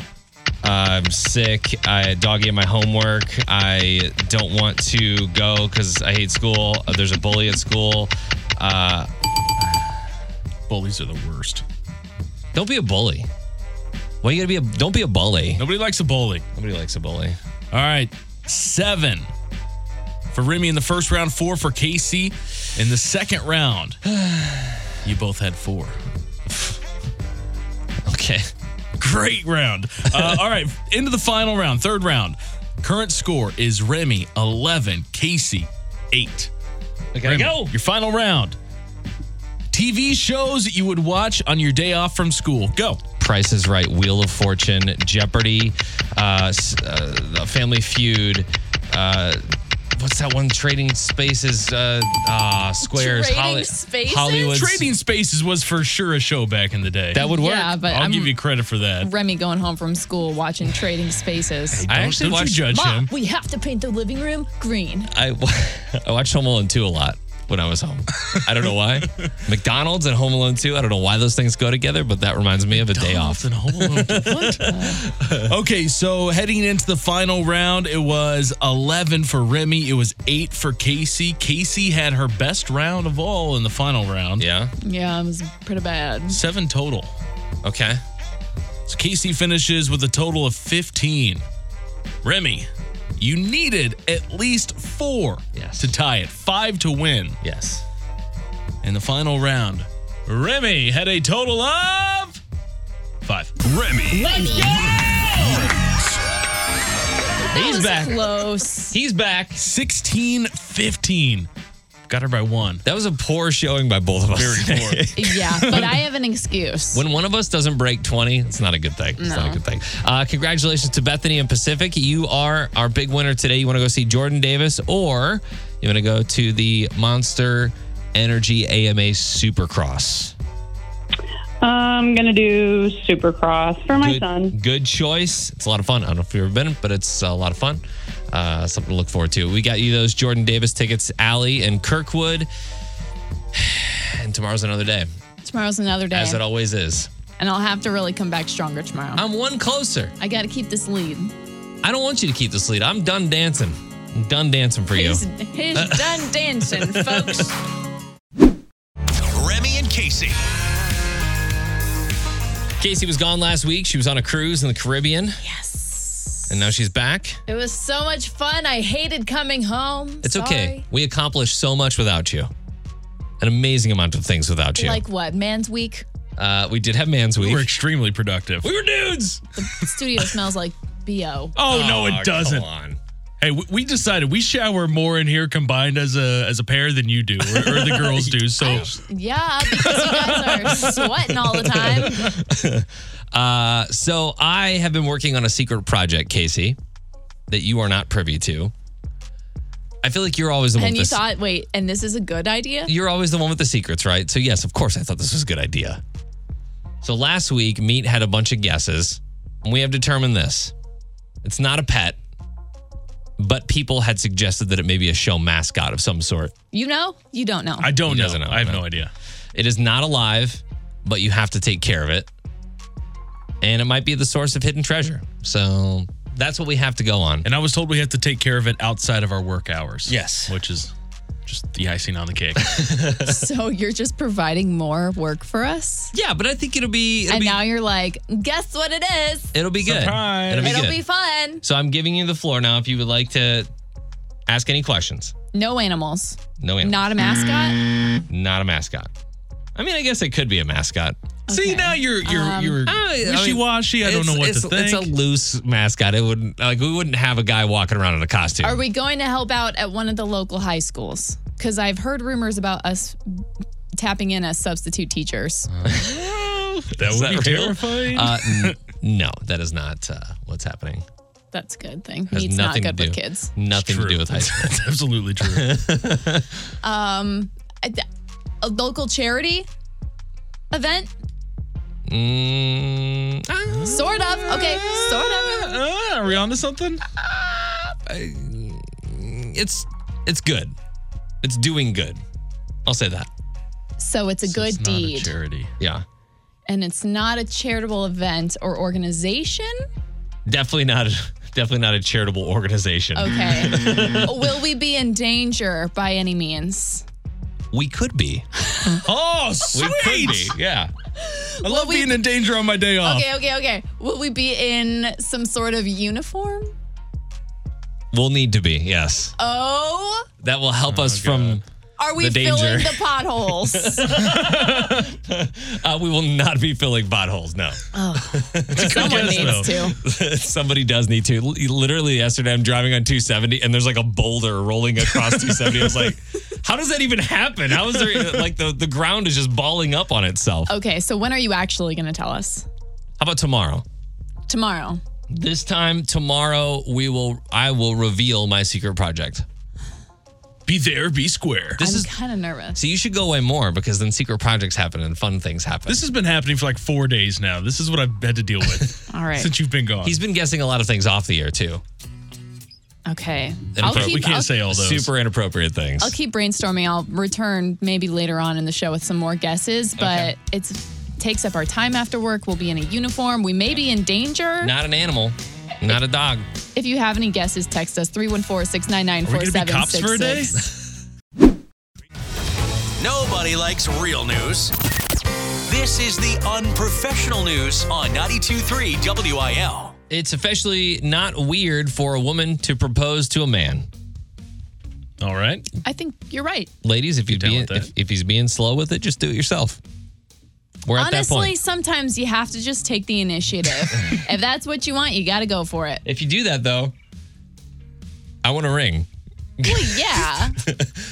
Speaker 1: I'm sick. I dog ate my homework. I don't want to go because I hate school. Uh, There's a bully at school. Uh,
Speaker 4: Bullies are the worst.
Speaker 1: don't be a bully. Why you gotta be a? Don't be a bully.
Speaker 4: Nobody likes a bully.
Speaker 1: Nobody likes a bully.
Speaker 4: All right, seven for Remy in the first round, four for Casey in the second round. You both had four.
Speaker 1: Okay.
Speaker 4: Great round. Uh, all right, into the final round, third round. Current score is Remy 11, Casey 8.
Speaker 1: Okay.
Speaker 4: Remy, Your final round. TV shows that you would watch on your day off from school. Go.
Speaker 1: Price is Right, Wheel of Fortune, Jeopardy, uh, s- uh, the Family Feud. Uh, what's that one? Trading Spaces, uh, uh, Squares,
Speaker 5: Trading
Speaker 1: Holly-
Speaker 5: Spaces?
Speaker 1: Hollywood's-
Speaker 4: Trading Spaces was for sure a show back in the day.
Speaker 1: That would work.
Speaker 5: Yeah, but
Speaker 4: I'll
Speaker 5: I'm
Speaker 4: give you credit for that.
Speaker 5: Remy going home from school watching Trading Spaces.
Speaker 1: I
Speaker 4: Don't-
Speaker 1: actually
Speaker 4: don't you
Speaker 1: watched.
Speaker 4: judge
Speaker 5: Ma,
Speaker 4: him.
Speaker 5: we have to paint the living room green.
Speaker 1: I, I watched Home Alone 2 a lot when I was home. I don't know why. McDonald's and Home Alone 2, I don't know why those things go together, but that reminds me of a day off.
Speaker 4: Often Home Alone. What? okay, so heading into the final round, it was 11 for Remy. It was 8 for Casey. Casey had her best round of all in the final round.
Speaker 1: Yeah.
Speaker 5: Yeah, it was pretty bad.
Speaker 4: Seven total.
Speaker 1: Okay.
Speaker 4: So Casey finishes with a total of 15. Remy, you needed at least four
Speaker 1: Yes.
Speaker 4: to tie it, five to win.
Speaker 1: Yes.
Speaker 4: In the final round, Remy had a total of five.
Speaker 3: Remy.
Speaker 1: He's back.
Speaker 5: Close.
Speaker 1: He's back.
Speaker 4: 16 15. Got her by one.
Speaker 1: That was a poor showing by both of us.
Speaker 4: Very poor.
Speaker 5: yeah, but I have an excuse.
Speaker 1: When one of us doesn't break 20, it's not a good thing. It's not a good thing. Uh, congratulations to Bethany and Pacific. You are our big winner today. You want to go see Jordan Davis or you want to go to the Monster Energy AMA Supercross.
Speaker 8: I'm going to do Supercross for my
Speaker 1: good,
Speaker 8: son.
Speaker 1: Good choice. It's a lot of fun. I don't know if you've ever been, but it's a lot of fun. Uh, something to look forward to. We got you those Jordan Davis tickets, Allie and Kirkwood. And tomorrow's another day,
Speaker 5: Tomorrow's another day.
Speaker 1: as it always is.
Speaker 5: and I'll have to really come back stronger tomorrow.
Speaker 1: I'm one closer.
Speaker 5: I got to keep this lead.
Speaker 1: I don't want you to keep this lead. I'm done dancing. I'm done dancing for you.
Speaker 5: He's, he's done dancing, folks.
Speaker 3: Remy and Casey.
Speaker 1: Casey was gone last week. She was on a cruise in the Caribbean. Yes. And now she's back.
Speaker 5: It was so much fun. I hated coming home.
Speaker 1: It's
Speaker 5: Sorry.
Speaker 1: okay. We accomplished so much without you. An amazing amount of things without you.
Speaker 5: Like what? Man's week.
Speaker 1: uh, we did have Man's Week.
Speaker 4: We were extremely productive.
Speaker 1: We were dudes.
Speaker 5: The studio smells like bo.
Speaker 4: Oh, no,
Speaker 1: Aw,
Speaker 4: it doesn't.
Speaker 1: Come on.
Speaker 4: Hey, we, we decided we shower more in here combined as a as a pair than you do, or, or the girls do. So
Speaker 5: Yeah, because you guys are sweating all the time.
Speaker 1: Uh, so I have been working on a secret project, Casey, that you are not privy to. I feel like you're always the one.
Speaker 5: And
Speaker 1: with
Speaker 5: you
Speaker 1: the se-
Speaker 5: thought, wait, and this is a good idea?
Speaker 1: you're always the one with the secrets, right? So yes, of course, I thought this was a good idea. So last week, Meat had a bunch of guesses, and we have determined this: it's not a pet, but people had suggested that it may be a show mascot of some sort.
Speaker 5: You know? You don't know.
Speaker 4: I don't
Speaker 1: He
Speaker 4: know.
Speaker 1: doesn't know,
Speaker 4: I have
Speaker 1: no.
Speaker 4: no idea.
Speaker 1: It is not alive, but you have to take care of it. And it might be the source of hidden treasure. So that's what we have to go on.
Speaker 4: And I was told we have to take care of it outside of our work hours.
Speaker 1: Yes.
Speaker 4: Which is just the icing on the cake.
Speaker 5: So you're just providing more work for us?
Speaker 1: Yeah, but I think it'll be it'll
Speaker 5: and
Speaker 1: be,
Speaker 5: now you're like, guess what it is?
Speaker 1: it'll be good.
Speaker 4: Surprise.
Speaker 1: It'll be
Speaker 5: It'll
Speaker 1: good.
Speaker 5: be fun.
Speaker 1: so I'm giving you the floor now. If you would like to ask any questions,
Speaker 5: No animals.
Speaker 1: no animal,
Speaker 5: Not a
Speaker 1: Mm.
Speaker 5: mascot?
Speaker 1: not a mascot. I mean, I guess it could be a mascot.
Speaker 4: See, now you're you're you're
Speaker 1: Um, I mean,
Speaker 4: wishy-washy. I, don't
Speaker 1: It's-
Speaker 4: know what
Speaker 1: it's,
Speaker 4: to think.
Speaker 1: It's a loose mascot. It would like we wouldn't have a guy walking around in a costume.
Speaker 5: Are we going to help out at one of the local high schools? Because I've heard rumors about us tapping in as substitute teachers.
Speaker 4: that
Speaker 1: Is
Speaker 4: would be
Speaker 1: that real?
Speaker 4: terrifying.
Speaker 1: Uh, n- no, that is not uh, what's happening.
Speaker 5: That's a good thing.
Speaker 1: Has
Speaker 5: He's not
Speaker 1: nothing
Speaker 5: good
Speaker 1: to do.
Speaker 5: with kids.
Speaker 1: Nothing to do with high school.
Speaker 4: That's absolutely true.
Speaker 5: A, a local charity event?
Speaker 1: Mm, ah,
Speaker 5: Sort of. Okay, sort of.
Speaker 4: Uh, are we on to something?
Speaker 1: it's it's good. It's doing good. I'll say that.
Speaker 5: So it's a good
Speaker 4: It's not a
Speaker 5: deed.
Speaker 4: charity.
Speaker 1: Yeah,
Speaker 5: and it's not a charitable event or organization.
Speaker 1: definitely not. Definitely not a charitable organization.
Speaker 5: Okay. Will we be in danger by any means?
Speaker 1: We could be.
Speaker 4: Oh,
Speaker 1: We
Speaker 4: sweet.
Speaker 1: could be. Yeah.
Speaker 4: I love being in danger on my day off.
Speaker 5: Okay, okay, okay. Will we be in some sort of uniform?
Speaker 1: We'll need to be. Yes.
Speaker 5: Oh,
Speaker 1: That will help us from.
Speaker 5: are we
Speaker 1: The danger.
Speaker 5: filling the potholes?
Speaker 1: Uh, we will not be filling potholes. No.
Speaker 5: Oh. Someone
Speaker 1: guess,
Speaker 5: needs
Speaker 1: though.
Speaker 5: to.
Speaker 1: Somebody does need to. L- Literally yesterday, I'm driving on 270, and there's like a boulder rolling across 270. I was like, "How does that even happen? How is there uh, like the the ground is just balling up on itself?" How
Speaker 5: Okay, so when are you actually going to tell us?
Speaker 1: about tomorrow?
Speaker 5: Tomorrow.
Speaker 1: This time tomorrow, we will. I will reveal my secret project.
Speaker 4: Be there, be square.
Speaker 1: This
Speaker 5: I'm
Speaker 1: is
Speaker 5: kind of nervous.
Speaker 1: so you should go away more because then secret projects happen and fun things happen.
Speaker 4: This has been happening for like four days now. This is what I've had to deal with
Speaker 5: All right.
Speaker 4: since you've been gone.
Speaker 1: He's been guessing a lot of things off the air too.
Speaker 5: Okay.
Speaker 1: And
Speaker 5: I'll
Speaker 1: but
Speaker 5: keep,
Speaker 4: we can't
Speaker 5: I'll,
Speaker 4: say all those.
Speaker 1: Super inappropriate things.
Speaker 5: I'll keep brainstorming. I'll return maybe later on in the show with some more guesses, but
Speaker 1: Okay.
Speaker 5: it's takes up our time after work. We'll be in a uniform. We may be in danger.
Speaker 1: Not an animal. Not a dog.
Speaker 5: If you have any guesses, text us 314 699
Speaker 4: Are we gonna be cops for a day?
Speaker 5: 4766.
Speaker 3: Nobody likes real news. This is the unprofessional news on 92.3 WIL.
Speaker 1: It's officially not weird for a woman to propose to a man.
Speaker 4: All right.
Speaker 5: I think you're right.
Speaker 1: Ladies, if you
Speaker 4: down
Speaker 1: be,
Speaker 4: with that?
Speaker 1: if, if he's being slow with it, just do it yourself. We're at that
Speaker 5: Honestly,
Speaker 1: point.
Speaker 5: sometimes you have to just take the initiative. if that's what you want, you got to go for it.
Speaker 1: If you do that though, I want a ring.
Speaker 5: Well, yeah.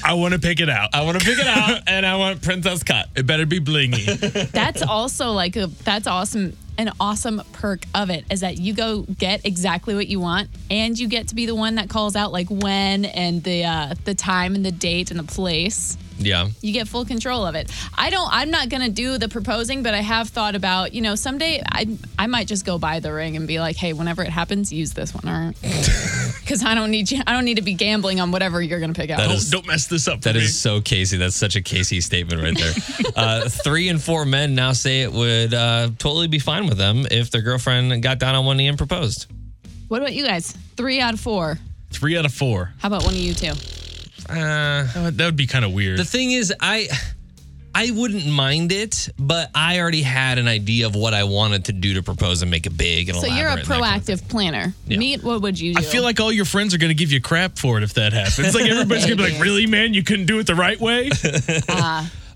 Speaker 4: I want to pick it out.
Speaker 1: I want to pick it out and I want princess cut.
Speaker 4: It better be blingy.
Speaker 5: that's also like a that's awesome. An awesome perk of it is that you go get exactly what you want, and you get to be the one that calls out like when and the uh, the time and the date and the place.
Speaker 1: Yeah.
Speaker 5: you get full control of it. I don't. I'm not gonna do the proposing, but I have thought about. You know, someday I I might just go buy the ring and be like, hey, whenever it happens, use this one, all right? Because I don't need you. I don't need to be gambling on whatever you're gonna pick out.
Speaker 1: That
Speaker 4: don't,
Speaker 1: is-
Speaker 4: don't mess this up.
Speaker 1: That
Speaker 4: for me.
Speaker 1: is so Casey. That's such a Casey statement right there. uh, three and four men now say it would uh, totally be fine with them if their girlfriend got down on one knee and proposed.
Speaker 5: what about you guys? Three out of four.
Speaker 4: three out of four.
Speaker 5: How about one of you two?
Speaker 1: Uh,
Speaker 4: Uh, that would be kind of weird.
Speaker 1: The thing is, I I wouldn't mind it, but I already had an idea of what I wanted to do to propose and make it big and
Speaker 5: So you're a
Speaker 1: elaborate. and that kind of
Speaker 5: proactive planner.
Speaker 1: Yeah.
Speaker 5: Meet. What would you do?
Speaker 4: I feel like all your friends are going to give you crap for it if that happens. Like everybody's going to be like, "Really, man? You couldn't do it the right way?"
Speaker 1: thing.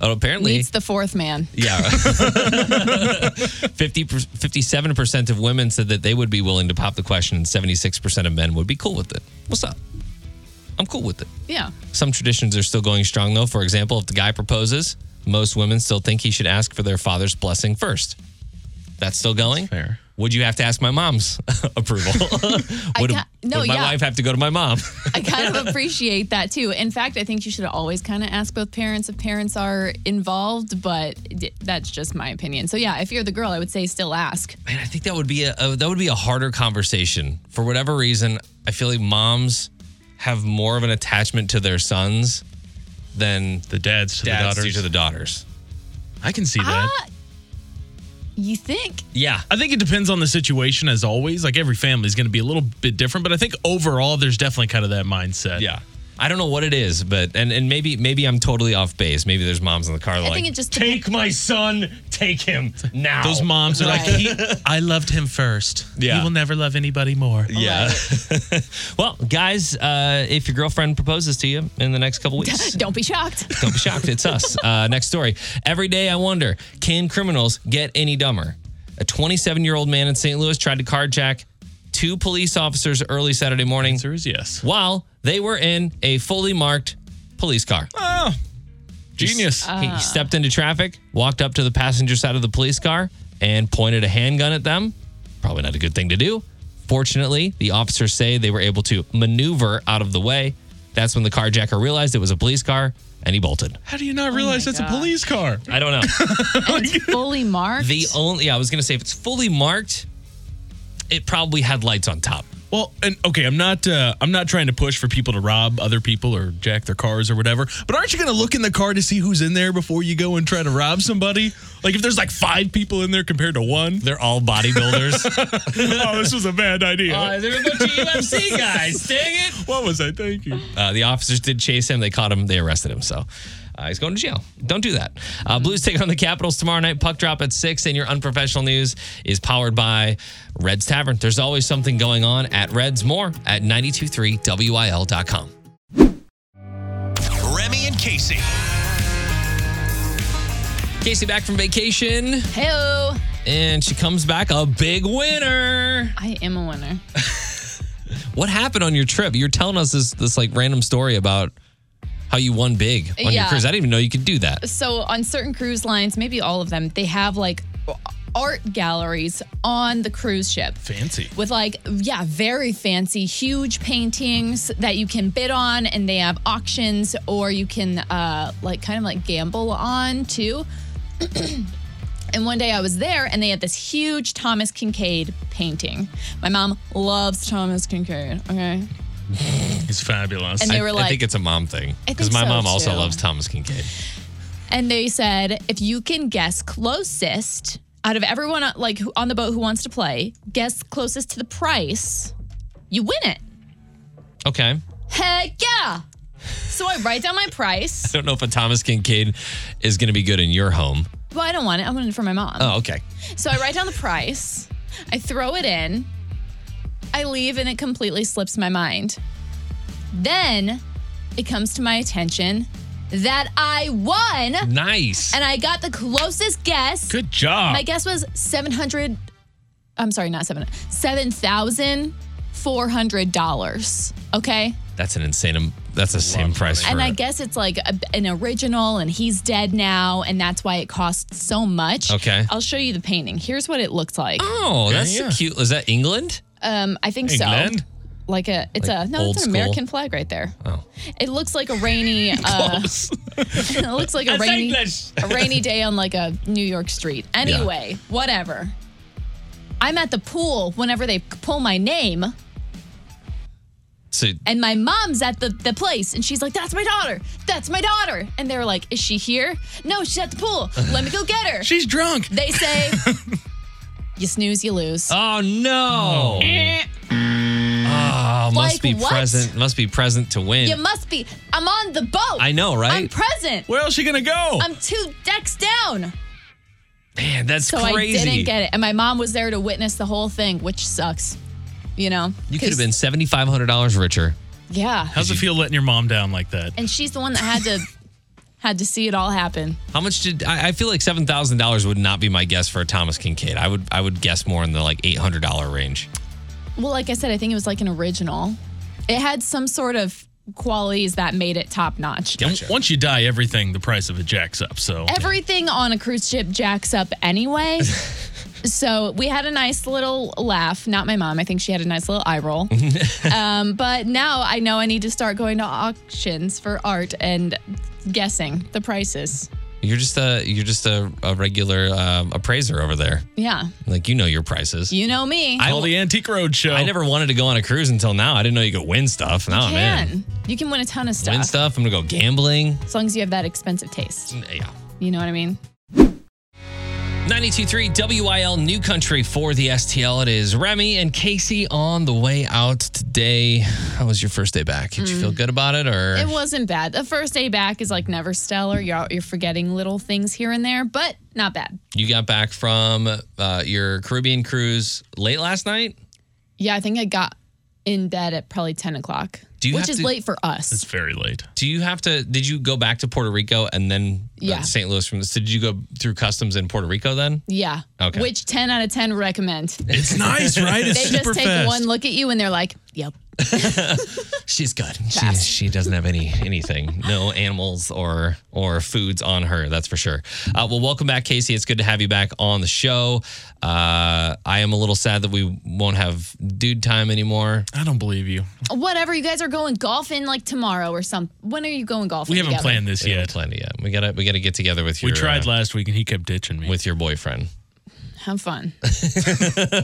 Speaker 1: Oh, apparently,
Speaker 5: meets the fourth man.
Speaker 1: yeah. 50, 57% of women said that they would be willing to pop the question, and 76% of men would be cool with it. What's up? I'm cool with it.
Speaker 5: Yeah.
Speaker 1: Some traditions are still going strong, though. For example, if the guy proposes, most women still think he should ask for their father's blessing first. That's still going.
Speaker 4: fair.
Speaker 1: Would you have to ask my mom's approval? would,
Speaker 5: ca- no,
Speaker 1: would my
Speaker 5: yeah.
Speaker 1: wife have to go to my mom?
Speaker 5: I kind of appreciate that too. In fact, I think you should always kind of ask both parents if parents are involved, but d- that's just my opinion. So yeah, if you're the girl, I would say still ask.
Speaker 1: Man, I think that would be a, a that would be a harder conversation. For whatever reason, I feel like moms have more of an attachment to their sons than
Speaker 4: The dads to
Speaker 1: dads
Speaker 4: the
Speaker 1: do
Speaker 4: daughters.
Speaker 1: to the daughters.
Speaker 4: I can see that.
Speaker 5: Ah, You think?
Speaker 1: Yeah.
Speaker 4: I think it depends on the situation, as always. Like every family is going to be a little bit different, but I think overall, there's definitely kind of that mindset.
Speaker 1: Yeah. I don't know what it is, but and, and maybe maybe I'm totally off base. Maybe there's moms in the car like
Speaker 5: think it just
Speaker 1: take my son, take him now.
Speaker 4: Those moms are like,
Speaker 5: Right.
Speaker 4: he, I loved him first.
Speaker 1: Yeah.
Speaker 4: He will never love anybody more.
Speaker 1: Yeah. well, guys, uh, if your girlfriend proposes to you in the next couple weeks,
Speaker 5: Don't be shocked.
Speaker 1: don't be shocked. It's us. Uh, next story. Every day I wonder can criminals get any dumber? A 27 year old man in St. Louis tried to carjack two police officers early Saturday morning
Speaker 4: Answer is yes.
Speaker 1: while they were in a fully marked police car.
Speaker 4: Genius.
Speaker 1: He stepped into traffic, walked up to the passenger side of the police car, and pointed a handgun at them. Probably not a good thing to do. Fortunately, the officers say they were able to maneuver out of the way. That's when the carjacker realized it was a police car and he bolted.
Speaker 4: How do you not realize that's a police car?
Speaker 1: I don't know.
Speaker 5: And it's fully marked.
Speaker 1: the only, yeah, I was going to say if it's fully marked, it probably had lights on top.
Speaker 4: Well, and okay, I'm not uh, I'm not trying to push for people to rob other people or jack their cars or whatever. But aren't you going to look in the car to see who's in there before you go and try to rob somebody? Like if there's like 5 people in there compared to one,
Speaker 1: They're all bodybuilders.
Speaker 4: oh, this was a bad idea.
Speaker 1: Uh,
Speaker 5: Uh,
Speaker 1: they're a bunch of UFC guys. Dang it.
Speaker 4: what was I thinking?
Speaker 1: Uh, the officers did chase him. They caught him. They arrested him. So uh, he's going to jail. Don't do that. Uh, Blues take on the Capitals tomorrow night. Puck drop at six. And your unprofessional news is powered by Reds Tavern. There's always something going on at Reds. More at 923wil.com.
Speaker 3: Remy and Casey.
Speaker 1: Casey back from vacation,
Speaker 5: Hey-o.
Speaker 1: and she comes back a big winner.
Speaker 5: I am a winner.
Speaker 1: What happened on your trip? You're telling us this this like random story about how you won big on your
Speaker 5: Yeah.
Speaker 1: cruise. I didn't even know you could do that.
Speaker 5: So on certain cruise lines, maybe all of them, they have like art galleries on the cruise ship.
Speaker 4: Fancy.
Speaker 5: with like yeah very fancy huge paintings that you can bid on and they have auctions or you can uh like kind of like gamble on too and one day i was there and they had this huge thomas kincaid painting my mom loves thomas kincaid okay
Speaker 4: It's fabulous.
Speaker 5: And they
Speaker 1: I-
Speaker 5: were
Speaker 1: I,
Speaker 5: like-
Speaker 1: think it's a mom thing
Speaker 5: I
Speaker 1: because
Speaker 5: think
Speaker 1: my
Speaker 5: so,
Speaker 1: mom also
Speaker 5: too.
Speaker 1: loves Thomas Kincaid.
Speaker 5: and they said if you can guess closest out of everyone uh, like who- on the boat who wants to play guess closest to the price you win it
Speaker 1: Okay.
Speaker 5: heck yeah so i write down my price
Speaker 1: I don't know if a Thomas Kincaid is going to be good in your home.
Speaker 5: Well, I don't want it. I want it for my mom.
Speaker 1: Oh, okay.
Speaker 5: So I write down the price. I throw it in. I leave and it completely slips my mind. Then it comes to my attention that I won
Speaker 1: Nice.
Speaker 5: and I got the closest guess.
Speaker 4: Good job.
Speaker 5: My guess was 700 I'm sorry, not 7 $7,400. Okay?
Speaker 1: That's an insane. am- That's the same price. For,
Speaker 5: And I guess it's like a, an original, and he's dead now, and that's why it costs so much.
Speaker 1: Okay.
Speaker 5: I'll show you the painting. Here's what it looks like.
Speaker 1: Oh, that's
Speaker 4: Yeah, yeah.
Speaker 1: so cute. Is that England?
Speaker 5: Um, I think
Speaker 4: England?
Speaker 5: so. Like a, it's
Speaker 1: Like
Speaker 5: a no,
Speaker 1: old
Speaker 5: it's an
Speaker 1: school?
Speaker 5: American flag right there.
Speaker 1: Oh.
Speaker 5: It looks like a rainy. Uh, it looks like a
Speaker 4: That's
Speaker 5: rainy,
Speaker 4: English.
Speaker 5: a rainy day on like a New York street. Anyway, whatever. I'm at the pool whenever they pull my name,
Speaker 1: So
Speaker 5: and my mom's at the, the place, and she's like, "That's my daughter. That's my daughter." And they're like, "Is she here? No, she's at the pool. Let me go get her."
Speaker 4: She's drunk.
Speaker 5: they say, "You snooze, you lose."
Speaker 1: Oh no. Oh, must
Speaker 5: Like
Speaker 1: be
Speaker 5: what?
Speaker 1: present. Must be present to win.
Speaker 5: You must be. I'm on the boat.
Speaker 1: I know, right?
Speaker 5: I'm present.
Speaker 4: Where else she going to go?
Speaker 5: I'm two decks down.
Speaker 1: Man, that's
Speaker 5: So
Speaker 1: crazy.
Speaker 5: I didn't get it. And my mom was there to witness the whole thing, which sucks. You know?
Speaker 1: you could
Speaker 5: 'Cause-
Speaker 1: have been seventy five hundred dollars richer.
Speaker 5: Yeah.
Speaker 4: How's it feel letting your mom down like that?
Speaker 5: And she's the one that had to had to see it all happen.
Speaker 1: How much did I, I feel like seven thousand dollars would not be my guess for a Thomas Kincaid. I would I would guess more in the like eight hundred dollar range.
Speaker 5: Well, like I said, I think it was like an original. It had some sort of qualities that made it top notch.
Speaker 4: Once you die, everything the price of it jacks up. So
Speaker 5: Everything on a cruise ship jacks up anyway. so we had a nice little laugh. Not my mom. I think she had a nice little eye roll. um, but now I know I need to start going to auctions for art and guessing the prices.
Speaker 1: You're just a you're just a, a regular um, appraiser over there.
Speaker 5: Yeah.
Speaker 1: Like you know your prices.
Speaker 5: You know me.
Speaker 4: All the Antique Road Show.
Speaker 1: I never wanted to go on a cruise until now. I didn't know you could win stuff. Now I'm
Speaker 5: can.
Speaker 1: in.
Speaker 5: You can win a ton of stuff.
Speaker 1: Win stuff. I'm gonna go gambling.
Speaker 5: As long as you have that expensive taste.
Speaker 1: Yeah.
Speaker 5: You know what I mean?
Speaker 1: 92.3 WIL New Country for the STL. It is Remy and Casey on the way out today. How was your first day back? Did you feel good about it or?
Speaker 5: Mm. It wasn't bad. The first day back is like never stellar. You're out, you're forgetting little things here and there, but not bad.
Speaker 1: you got back from uh, your Caribbean cruise late last night?
Speaker 5: Yeah, I think I got in bed at probably ten o'clock,
Speaker 1: Do you
Speaker 5: which
Speaker 1: have
Speaker 5: is
Speaker 1: to-
Speaker 5: late for
Speaker 4: It's
Speaker 5: us.
Speaker 4: very late.
Speaker 1: Do you have to, did you go back to Puerto Rico and then uh,
Speaker 5: Yeah.
Speaker 1: St. Louis from this? Did you go through customs in Puerto Rico then?
Speaker 5: Yeah.
Speaker 1: Okay.
Speaker 5: Which ten out of ten recommend. They
Speaker 4: It's nice, right? It's
Speaker 5: just take one look at you and they're like, "Yep,
Speaker 1: She's good. She,
Speaker 5: Fast.
Speaker 1: she doesn't have any anything, no animals or or foods on her. That's for sure. Uh, well, welcome back, Casey. It's good to have you back on the show. Uh, I am a little sad that we won't have dude time anymore.
Speaker 4: I don't believe you.
Speaker 5: whatever." You guys are going golfing like tomorrow or something. When are you going golfing?
Speaker 4: We haven't
Speaker 5: together?
Speaker 4: planned this
Speaker 1: We haven't
Speaker 4: yet.
Speaker 1: planned it yet. We gotta we gotta get together with your.
Speaker 4: We tried
Speaker 1: uh,
Speaker 4: last week and he kept ditching me.
Speaker 1: with your boyfriend.
Speaker 5: Have fun.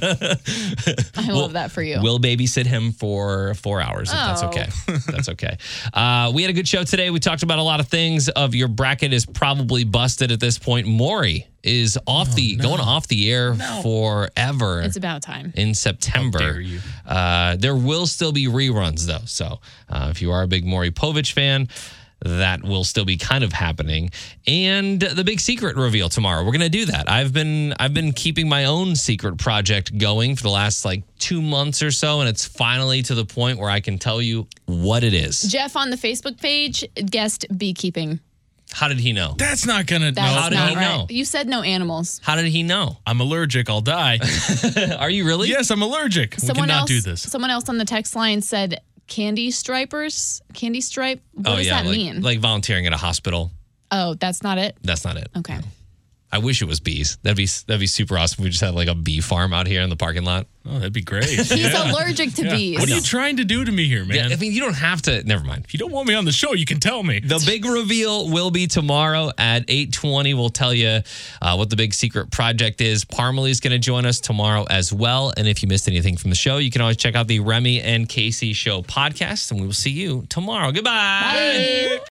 Speaker 5: I love that for you.
Speaker 1: We'll babysit him for four hours if that's
Speaker 5: Oh.
Speaker 1: okay. that's okay. Uh, we had a good show today. We talked about a lot of things. Of your bracket is probably busted at this point. Maury is off the going off the air forever
Speaker 5: Oh, it's about time.
Speaker 1: in September.
Speaker 4: dare you.
Speaker 1: Uh, there will still be reruns though. So uh, if you are a big Maury Povich fan. That will still be kind of happening, and the big secret reveal tomorrow. We're gonna do that. I've been I've been keeping my own secret project going for the last like two months or so, and it's finally to the point where I can tell you what it is.
Speaker 5: Jeff on the Facebook page guessed beekeeping.
Speaker 1: How did he know?
Speaker 4: That's not gonna.
Speaker 5: That's
Speaker 1: How
Speaker 4: no,
Speaker 1: did
Speaker 5: not
Speaker 1: he
Speaker 5: right.
Speaker 1: know?
Speaker 5: You said no animals.
Speaker 1: How did he know?
Speaker 4: I'm allergic. I'll die.
Speaker 1: Are you really?
Speaker 4: yes, I'm allergic. we
Speaker 5: Someone
Speaker 4: cannot
Speaker 5: else,
Speaker 4: do this.
Speaker 5: Someone else on the text line said candy stripers. Candy stripe. What
Speaker 4: Oh,
Speaker 5: does that
Speaker 1: Oh, like,
Speaker 5: mean?
Speaker 1: Like volunteering at a hospital.
Speaker 5: oh, that's not it.
Speaker 1: That's not it.
Speaker 5: Okay.
Speaker 1: I wish it was bees. That'd be that'd be super awesome. if We just had like a bee farm out here in the parking lot.
Speaker 4: Oh, that'd be great.
Speaker 5: He's
Speaker 4: Yeah.
Speaker 5: allergic to bees.
Speaker 4: What are you trying to do to me here, man?
Speaker 1: Yeah, I
Speaker 4: if
Speaker 1: mean, you don't have to. Never mind.
Speaker 4: you don't want me on the show, you can tell me.
Speaker 1: The big reveal will be tomorrow at 8:20. We'll tell you uh, what the big secret project is. Parmalee's going to join us tomorrow as well. And if you missed anything from the show, you can always check out the Remy and Casey Show podcast. And we will see you tomorrow. Goodbye.
Speaker 5: Bye.